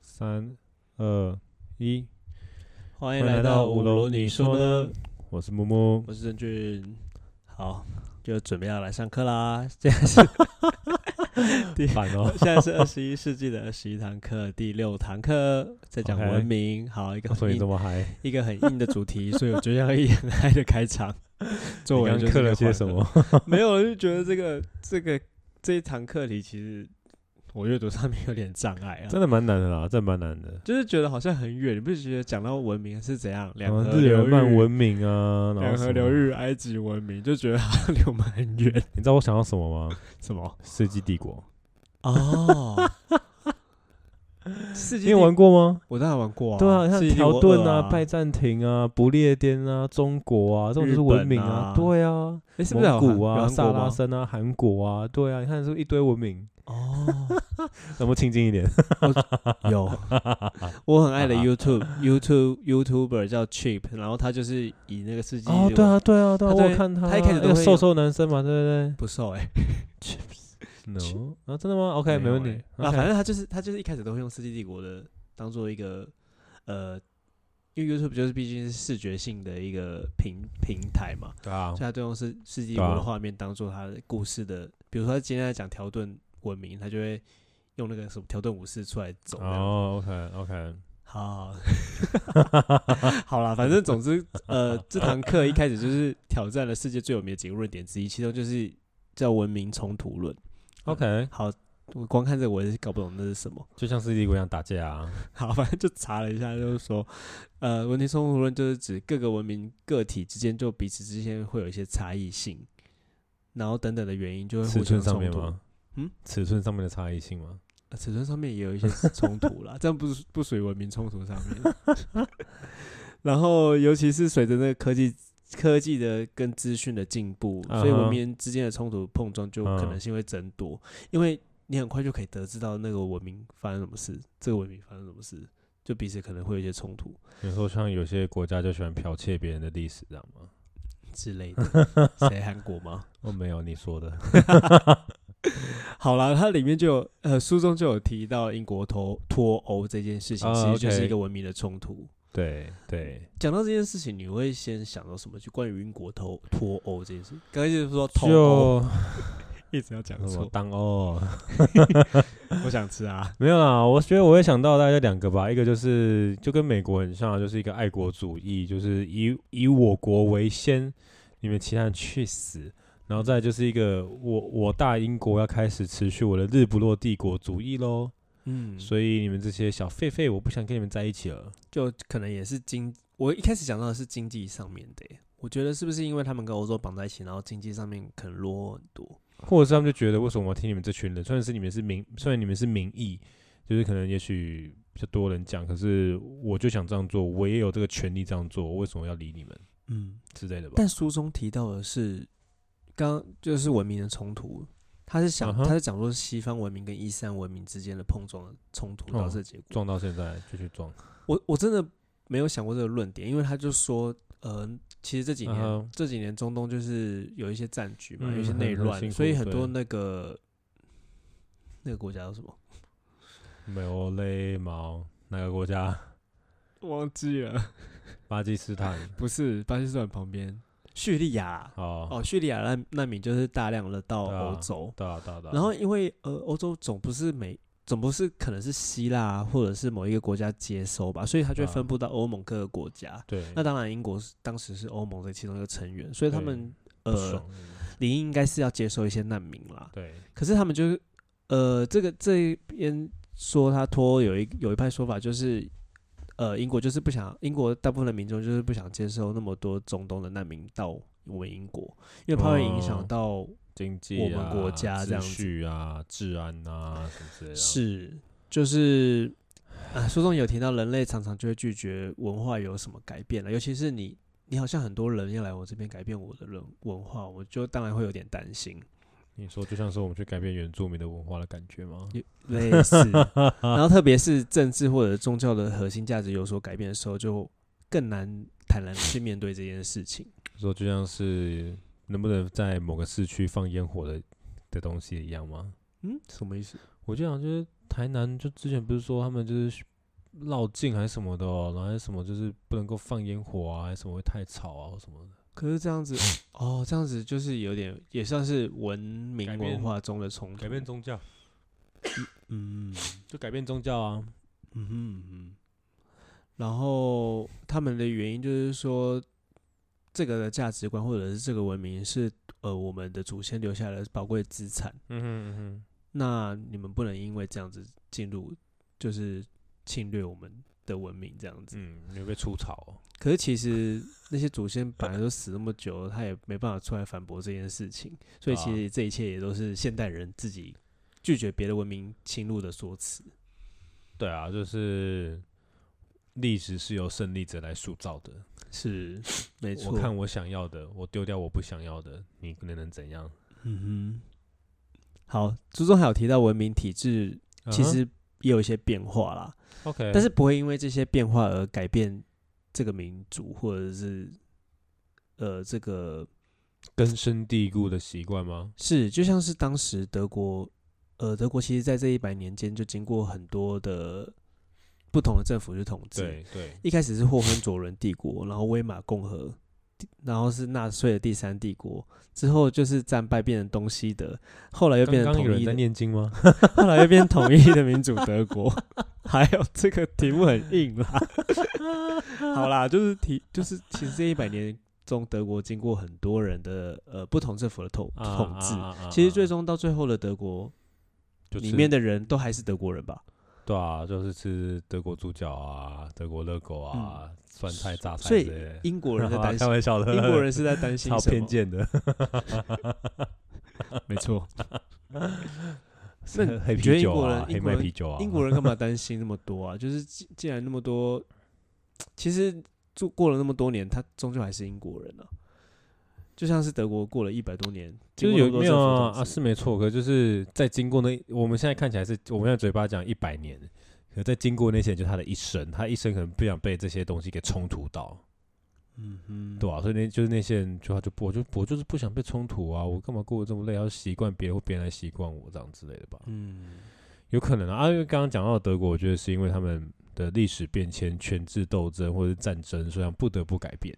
三二一，欢迎迎来来到到五五楼楼，你你说说呢？我是木 木。我是郑俊，好，就准备要来上课啦。现在是第，烦哦 现在是二十一世纪的二十一堂课，第六堂课，在讲 OK 文明。好，一个所很以这硬，么嗨？一个很硬的主题， 所以我就要一很嗨的开 场。作你为刚就是刻了个些缓什和么？没有，我就觉得这个这个这一堂课题，其实我阅读上面有点障碍 啊。真的蛮难的啦，真的蛮难的。就是觉得好像很远，你不觉得讲到文明是怎样？然两后河哦日流耳曼域文明啊，然两后河什流么，域、埃及文明，就觉得好 像离我们很远。你知道我想到什么吗？什么？ 《世纪帝国哦，世》，你纪有帝玩过吗？我当然玩过啊，对啊，像世纪帝条国顿啊、二拜占庭啊、不列颠啊、中国啊，这种就是日文本明啊对啊，诶是不是有蒙古韩啊、有韩萨国拉吗？森啊、韩国啊，对啊，你看是不是一堆文明？哦，能不能亲近 一点？有，我很爱的 YouTube YouTube YouTuber 叫 Cheap，然后他就是以那个世纪哦，帝对国啊，对啊，对啊，他我有对看他，他一开始那都个会瘦有瘦男生嘛，对不瘦哎不对？No，啊，真的吗？OK，没有问题欸。啊， OK 反正他就是他就是一开始都会用世纪帝国的当做一个呃。因为 YouTube 就是毕竟是视觉性的一个平平台嘛，对啊所以他就用世世纪帝对国啊的画面当做他的故事的，比如说他今天在讲条顿文明，他就会用那个什么条顿武士出来走这样。哦，OK，OK，好， 好啦，反正总之，呃，这堂课一开始就是挑战了世界最有名的几个论点之一，其中就是叫文明冲突论。 OK，好，我光看这个我也是搞不懂那是什么。 就像是帝国一样打架啊，好，反正就查了一下，就是说，呃，文明冲突论就是指各个文明个体之间就彼此之间会有一些差异性，然后等等的原因就会尺互寸相上冲面突。吗？嗯，尺寸上面的差异性吗？呃尺寸上面也有 一些冲突啦，这样不是不属于文明冲突上面。 然后，尤其是随着那个科技科技的跟资讯的进步，所以嗯文哼明之间的冲突碰撞就可能嗯性会增多，因为你很快就可以得知到那个文明发生什么事，这个文明发生什么事，就彼此可能会有一些冲突。有时候像有些国家就喜欢剽窃别人的历史，知道吗？之类的。谁韩国吗？ 哦，没有，你说的，好啦，它里面就有呃，书中就有提到英国脱脱欧这件事情，啊其实就是 OK 一个文明的冲突。对对，讲到这件事情，你会先想到什么？就关于英国脱脱欧这件事。刚才就是说脱欧，就一直要讲什么错。当哦，我想吃啊，没有啦，我觉得我会想到大概两个吧，一个就是就跟美国很像啊，就是一个爱国主义，就是以以我国为先，你们其他人去死。然后再来就是一个我我大英国要开始持续我的日不落帝国主义喽，嗯，所以你们这些小狒狒，我不想跟你们在一起了。就可能也是经，我一开始讲到的是经济上面的耶。我觉得是不是因为他们跟欧洲绑在一起，然后经济上面可能落后很多？或者是他们就觉得为什么我要听你们这群人？虽然是你们是民，虽然你们是民意，就是可能也许比较多人讲，可是我就想这样做，我也有这个权利这样做，我为什么要理你们嗯，之类的吧？但书中提到的是，刚就是文明的冲突，他是想、嗯哼他是讲说西方文明跟伊斯兰文明之间的碰撞的冲突导致的结果。撞到现在就去撞，我我真的没有想过这个论点，因为他就说，呃，其实这几年、嗯哼这几年中东就是有一些战局嘛，嗯有一些内很很乱，辛苦所以很多对那个那个国家叫什么没有嘞毛哪个国家？忘记了，巴基斯坦。 不是巴基斯坦旁边叙利亚哦，哦，叙利亚难难民就是大量的到对啊欧洲。对啊对啊对啊。然后因为呃，欧洲总不是每总不是可能是希腊、啊、或者是某一个国家接收吧，所以它就会啊分布到欧盟各个国家。对，那当然，英国是当时是欧盟的其中一个成员，所以他对们不爽呃，理应该是要接收一些难民啦。对，可是他们就是呃，这个这边说他脱欧有一有一派说法就是。呃，英国就是不想，英国大部分的民众就是不想接收那么多中东的难民到我们英国，因为怕会影哦响到经济我们啊国家秩这样子序啊、治安啊什么之类的。，是，就是，啊，书中有提到，人类常常就会拒绝文化有什么改变了，尤其是你，你好像很多人要来我这边改变我的人文化，我就当然会有点担心，你说就像是我们去改变原住民的文化的感觉吗？有类似，然后特别是 政治或者宗教的核心价值有所改变的时候，就更难坦然地去面对这件事情。 说就像是能不能在某个市区放烟火的的东西一样吗？嗯，什么意思？我就想，就是台南就之前不是说他们就是绕境还是什么的、哦，然后还是什么就是不能够放烟火啊，还是什么会太吵啊或什么的。可是这样子，哦，这样子就是有点也算是文改变明文化中的冲突，改变宗教，嗯，就改变宗教啊。嗯哼嗯哼，然后他们的原因就是说，这个的价值观或者是这个文明是呃我们的祖先留下来的宝贵资产，嗯哼嗯哼，那你们不能因为这样子进入就是侵略我们的文明这样子。嗯，你会被出草、哦。可是其实那些祖先本来都死那么久了，他也没办法出来反驳这件事情，所以其啊实这一切也都是现代人自己拒绝别的文明侵入的说辞。对啊，就是历史是由胜利者来塑造的。是，没错。我看我想要的，我丢掉我不想要的，你能能怎样？嗯哼，好，书中还有提到文明体制其实也有一些变化啦，嗯哼 OK，但是不会因为这些变化而改变这个民族或者是呃这个根深蒂固的习惯吗？是就像是当时德国，呃，德国其实在这一百年间就经过很多的不同的政府去统治，对对，一开始是霍亨佐伦帝国，然后威玛共和，然后是纳粹的第三帝国，之后就是战败变成东西德，后来又变刚刚成有统人一在的，念经 吗？后来又变成统一的民主德国。还有这个题目很硬啦，好啦，就是题就是其实这一百年中，德国经过很多人的呃不同政府的统啊统治。啊啊啊其实啊最终到最后的德国就是里面的人都还是德国人吧？对啊，就是吃德国猪脚啊，德国热狗啊，酸菜榨菜嗯所以之类的英国人 在好啊担开心，玩笑的，英国人是在担 心超什么偏，见的，没错。 那是 黑你觉啤得英酒国人啊，黑英国麦人啤酒啊，英国人干嘛担心那么多啊？ 就是既既然那么多，其实住过了那么多年，他终究还是英国人啊。就像是德国过了一百多年，就是经有过那么多没有政府啊统啊治是没错，可就是在经过那，我们现在看起来是我们现在嘴巴讲一百年，可在经过那些，就是他的一生，他一生可能不想被这些东西给冲突到，嗯哼，对啊，所以那就是那些人就他就不我就我就是不想被冲突啊，我干嘛过得这么累，要习惯别人或别人来习惯我这样之类的吧，嗯，有可能啊，啊因为刚刚讲到德国，我觉得是因为他们的历史变迁、权制斗争或者是战争，所以他们不得不改变。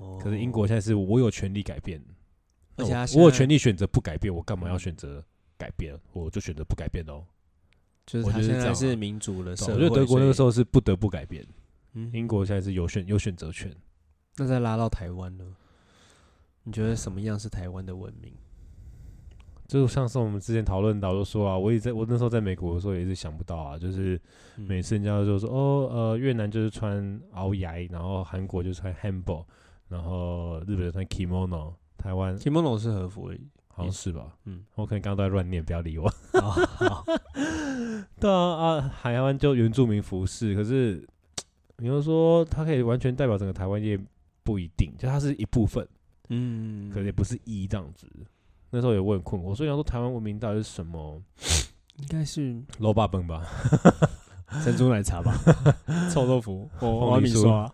哦可是英国现在是我有权利改变，那而且我他现我有在权利选择不改变，我干嘛要选择改变？我就选择不改变喽。就是我他觉得是这现在样啊是民主的我呃社觉会，得德国那个时候，候是不得不改变，嗯英国现在是有选有选择权。那再拉到台湾呢？你觉得什么样是台湾的文明？就上次我们之前讨论到，就说啊，我也在我那时候在美国的时候也是想不到啊，就是每次人家就说哦，呃，越南就是穿袄牙，然后韩国就穿 hanbok，然后日本就穿 kimono，台湾 kimono 是和服而已。好像是吧？嗯，我可能刚刚都在乱念，不要理我。 好好，对啊啊，台湾就原住民服饰，可是你要说它可以完全代表整个台湾也不一定，就它是一部分，嗯，可能也不是一这样子。那时候也我很困惑，所以要说台湾文明到底是什么？应该是罗霸本吧， 珍珠奶茶吧，臭豆腐，我凤我梨米酥刷，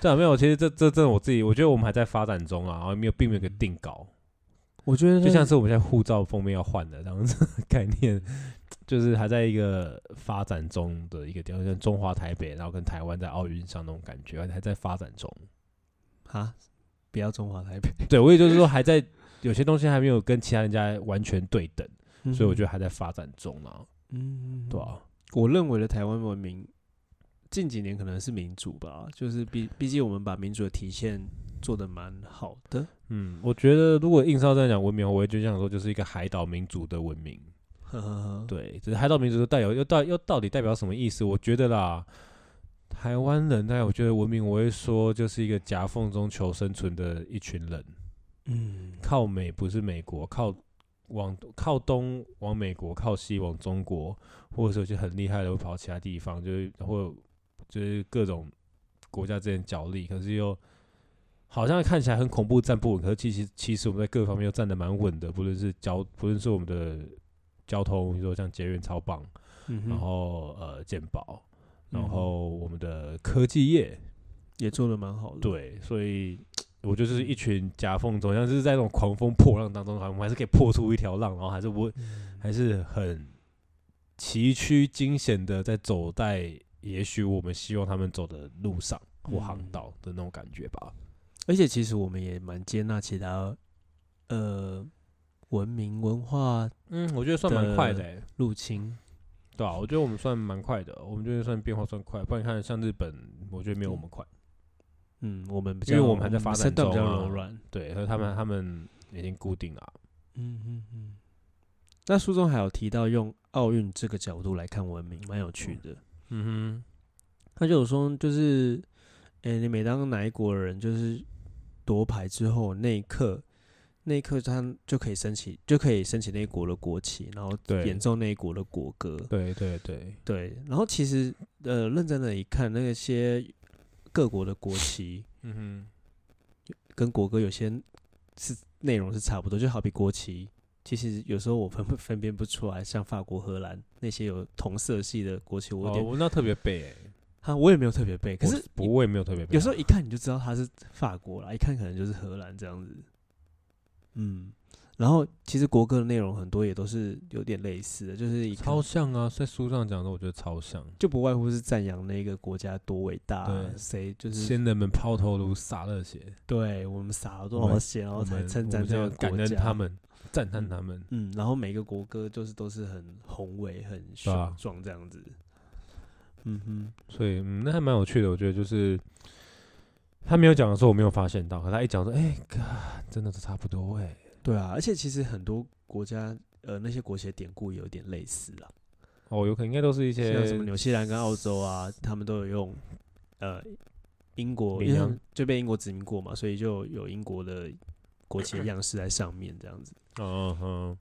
对啊，没有，其实这这这我自己，我觉得我们还在发展中啊，然后没有并没有一个定稿，我觉得就像是我们现在护照封面要换的这样子的概念，就是还在一个发展中的一个地方，像中华台北，然后跟台湾在奥运上那种感觉，还在发展中。啊，不要中华台北，对，我也就是说还在有些东西还没有跟其他人家完全对等，所以我觉得，得还在发展中啊，嗯，对啊，我认为的台湾文明近几年可能是民主吧，就是毕毕竟我们把民主的体现做得蛮好的，嗯，我觉得如果硬是要这样讲文明，我会就想说就是一个海岛民族的文明，呵呵呵，对，只是海岛民族代表又到又到底代表什么意思？我觉得啦，台湾人，但我觉得文明，我会说就是一个夹缝中求生存的一群人，嗯，靠美不是美国，靠往靠东往美国，靠西往中国，或者是有些很厉害的会跑其他地方，就是或者就是各种国家之间角力，可是又好像看起来很恐怖，站不稳，可是其实其实我们在各方面又站得蛮稳的，不论是交不论是我们的交通，你说像捷运超棒，嗯哼然后呃健保，然嗯后我们的科技业，也做得蛮好的，，对，所以我觉得就是一群夹缝中，像是在那种狂风破浪当中，好像我们还是可以破出一条浪，然后嗯还是不会，还是很崎岖惊险的在走在也许我们希望他们走的路上或航嗯道的那种感觉吧。而且其实我们也蛮接纳其他呃文明文化嗯，我觉得算蛮快的、欸，入侵，对啊，我觉得我们算蛮快的，我们这边算变化算快。不然你看，像日本，我觉得没有我们快，嗯，我们比因较为我们还在发展身段比中较啊柔软，对，和他们他们已经固定了啊。嗯嗯嗯。那书中还有提到用奥运这个角度来看文明，蛮有趣的。嗯他就有说，就是，诶、你每当哪一国人就是夺牌之后，那一刻，那一刻他就可以升起，就可以升起那一国的国旗，然后对演奏那一国的国歌。哼，对对对，对，然后其实呃，认真的一看，那些各国的国旗嗯跟国歌有些是内容是差不多，就好比国旗，其实有时候我分不分辨不出来，像法国、荷兰那些有同色系的国旗，哼，我有哦，点我那特别背、欸，哈、我也没有特别背，可我是不我也没有特别背啊，有时候一看你就知道它是法国啦，一看可能就是荷兰这样子。嗯，然后其实国歌的内容很多也都是有点类似的，就是一看超像啊，在书上讲的，我觉得超像。就不外乎是赞扬那个国家多伟大啊，对谁就是先人们抛头颅洒热血，对我们洒了多我少们血，然我后才们称我赞们这要个感国恩家他。们， 赞叹嗯他们。嗯，然后每个国歌就是都是很宏伟、很对啊雄壮这样子。嗯哼，所以，嗯，那还蛮有趣的。我觉得就是他没有讲的时候，我没有发现到，可他一讲说，哎、God，真的是差不多哎、对啊，而且其实很多国家呃那些国旗的典故有点类似啦，哦，有可能应该都是一些像什么纽西兰跟澳洲啊，他们都有用呃英国，羚因为他羊们就被英国殖民过嘛，所以就有英国的国旗的样式在上面这样子。嗯嗯嗯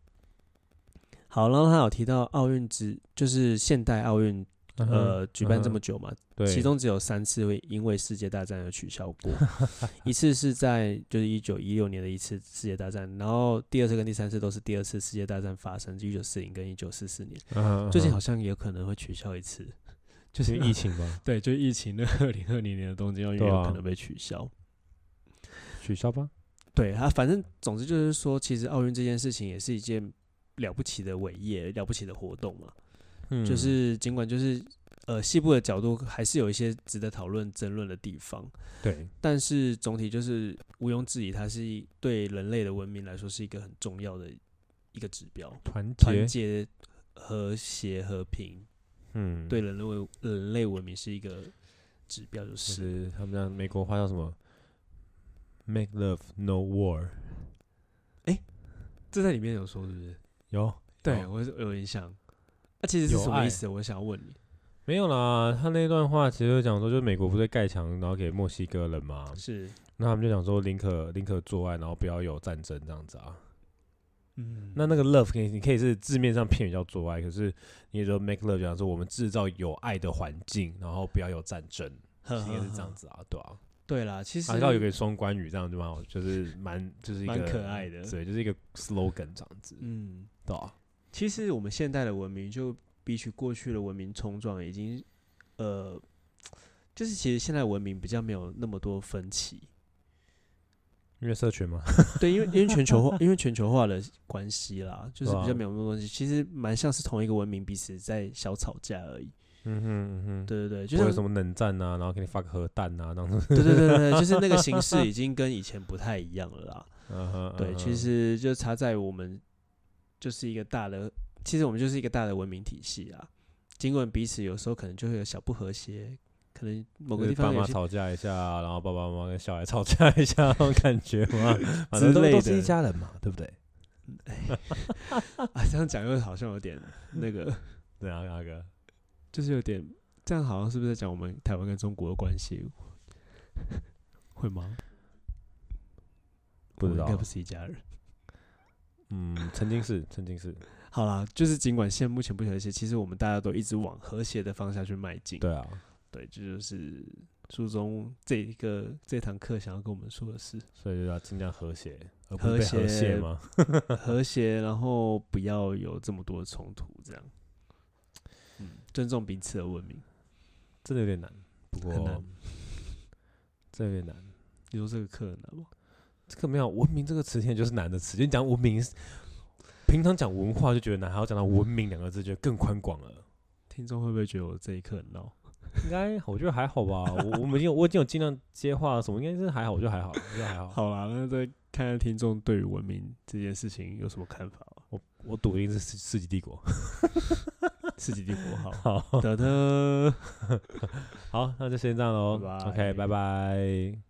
好，然后他有提到奥运之，就是现代奥运嗯哼，呃举办这嗯么久嘛，对，其中只有三次会因为世界大战而取消过， 一次是在就是一九一六年的一次世界大战，然后第二次跟第三次都是第二次世界大战发生，一九四零跟一九四四年。嗯最近好嗯像也有可能会取消一次， 就因是为疫情吧，对，就疫情的二零二零年的东京奥运对也有啊可能被取消。取消吧。对他，反正总之就是说，其实奥运这件事情也是一件了不起的伟业，了不起的活动嘛。嗯， 就是尽管就是呃细部的角度，还是有一些值得讨论、争论的地方。对，但是总体就是毋庸置疑，它是一对人类的文明来说是一个很重要的一个指标，团团结，结、和谐、和平，嗯，对，人类文人类文明是一个指标，就就是是他们讲美国话叫什么？Make love, no war。这在里面有说是不是？有对有我是我有印象。那其实是有什么爱意思？我想问你。没有啦？他那段话其实就讲说，就是美国不是盖墙，然后给墨西哥人嘛，是，那他们就讲说，宁可宁可做爱，然后不要有战争这样子啊。嗯那那个 love 可以，你可以是字面上片语叫做爱，可是你说 make love 讲说我们制造有爱的环境，然后不要有战争，呵应该是这样呵呵子啊，对啊。对啦，其实还要有个双关语，这样就蛮好，就是蛮就是一个蛮可爱的对，就是一个 slogan 这样子，嗯，对啊。其实我们现代的文明就比起过去的文明冲撞，已经呃，就是其实现在文明比较没有那么多分歧。因为社群 嘛，对，因为因为全球化，因为全球化的关系啦，就是对啊比较没有那么多东西。其实蛮像是同一个文明彼此在小吵架而已。嗯哼嗯哼，对对对，就或者像什么冷战啊，然后给你发个核弹啊，这 样子，对对对对，对就是那个形式已经跟以前不太一样了啦。嗯哼对，其实就差在我们就是一个大的，其实我们就是一个大的文明体系啊。尽管彼此有时候可能就会有小不和谐，可能某某个地方爸有妈些吵架一下，啊然后爸爸妈妈跟小孩 吵架一下那种感觉 嘛，反之正都类都是的一家人嘛，对不 对？ 啊，这样讲又好像有 点那个，对啊，阿哥，就是有点这样，好像是不是在讲我们台湾跟中国的关系？ 会吗？不知我们道应该不是一家人。嗯，曾经是，曾 经是，好啦，就是尽管现在目前不和谐，其实我们大家都一直往和谐的方向去迈进。对啊，对，这就是书中这一个这堂课想要跟我们说的事：所以就要尽量和谐，而不是被和和谐谐嘛。 和谐，然后不要有这么多的冲突，这样。嗯，尊重彼此的文明。真的有点难，不很过难真的有点难。你说这个课哦很难吗？这个没有文明这个词现在就是难的词，就你讲文明，平常讲文化就觉得难，还要讲到文明两个字，就更宽广了。听众会不会觉得我这一课很闹？应该我觉得还好吧。我我们已经有我已经有尽量接话什么，应该是还好，我觉得还好，我觉得还好。好啦，那再看看听众对于文明这件事情有什么看法 哦。我我笃定是世世纪帝国。，世纪帝国 号好得得。 好，那就先这样喽拜。拜 OK，拜拜。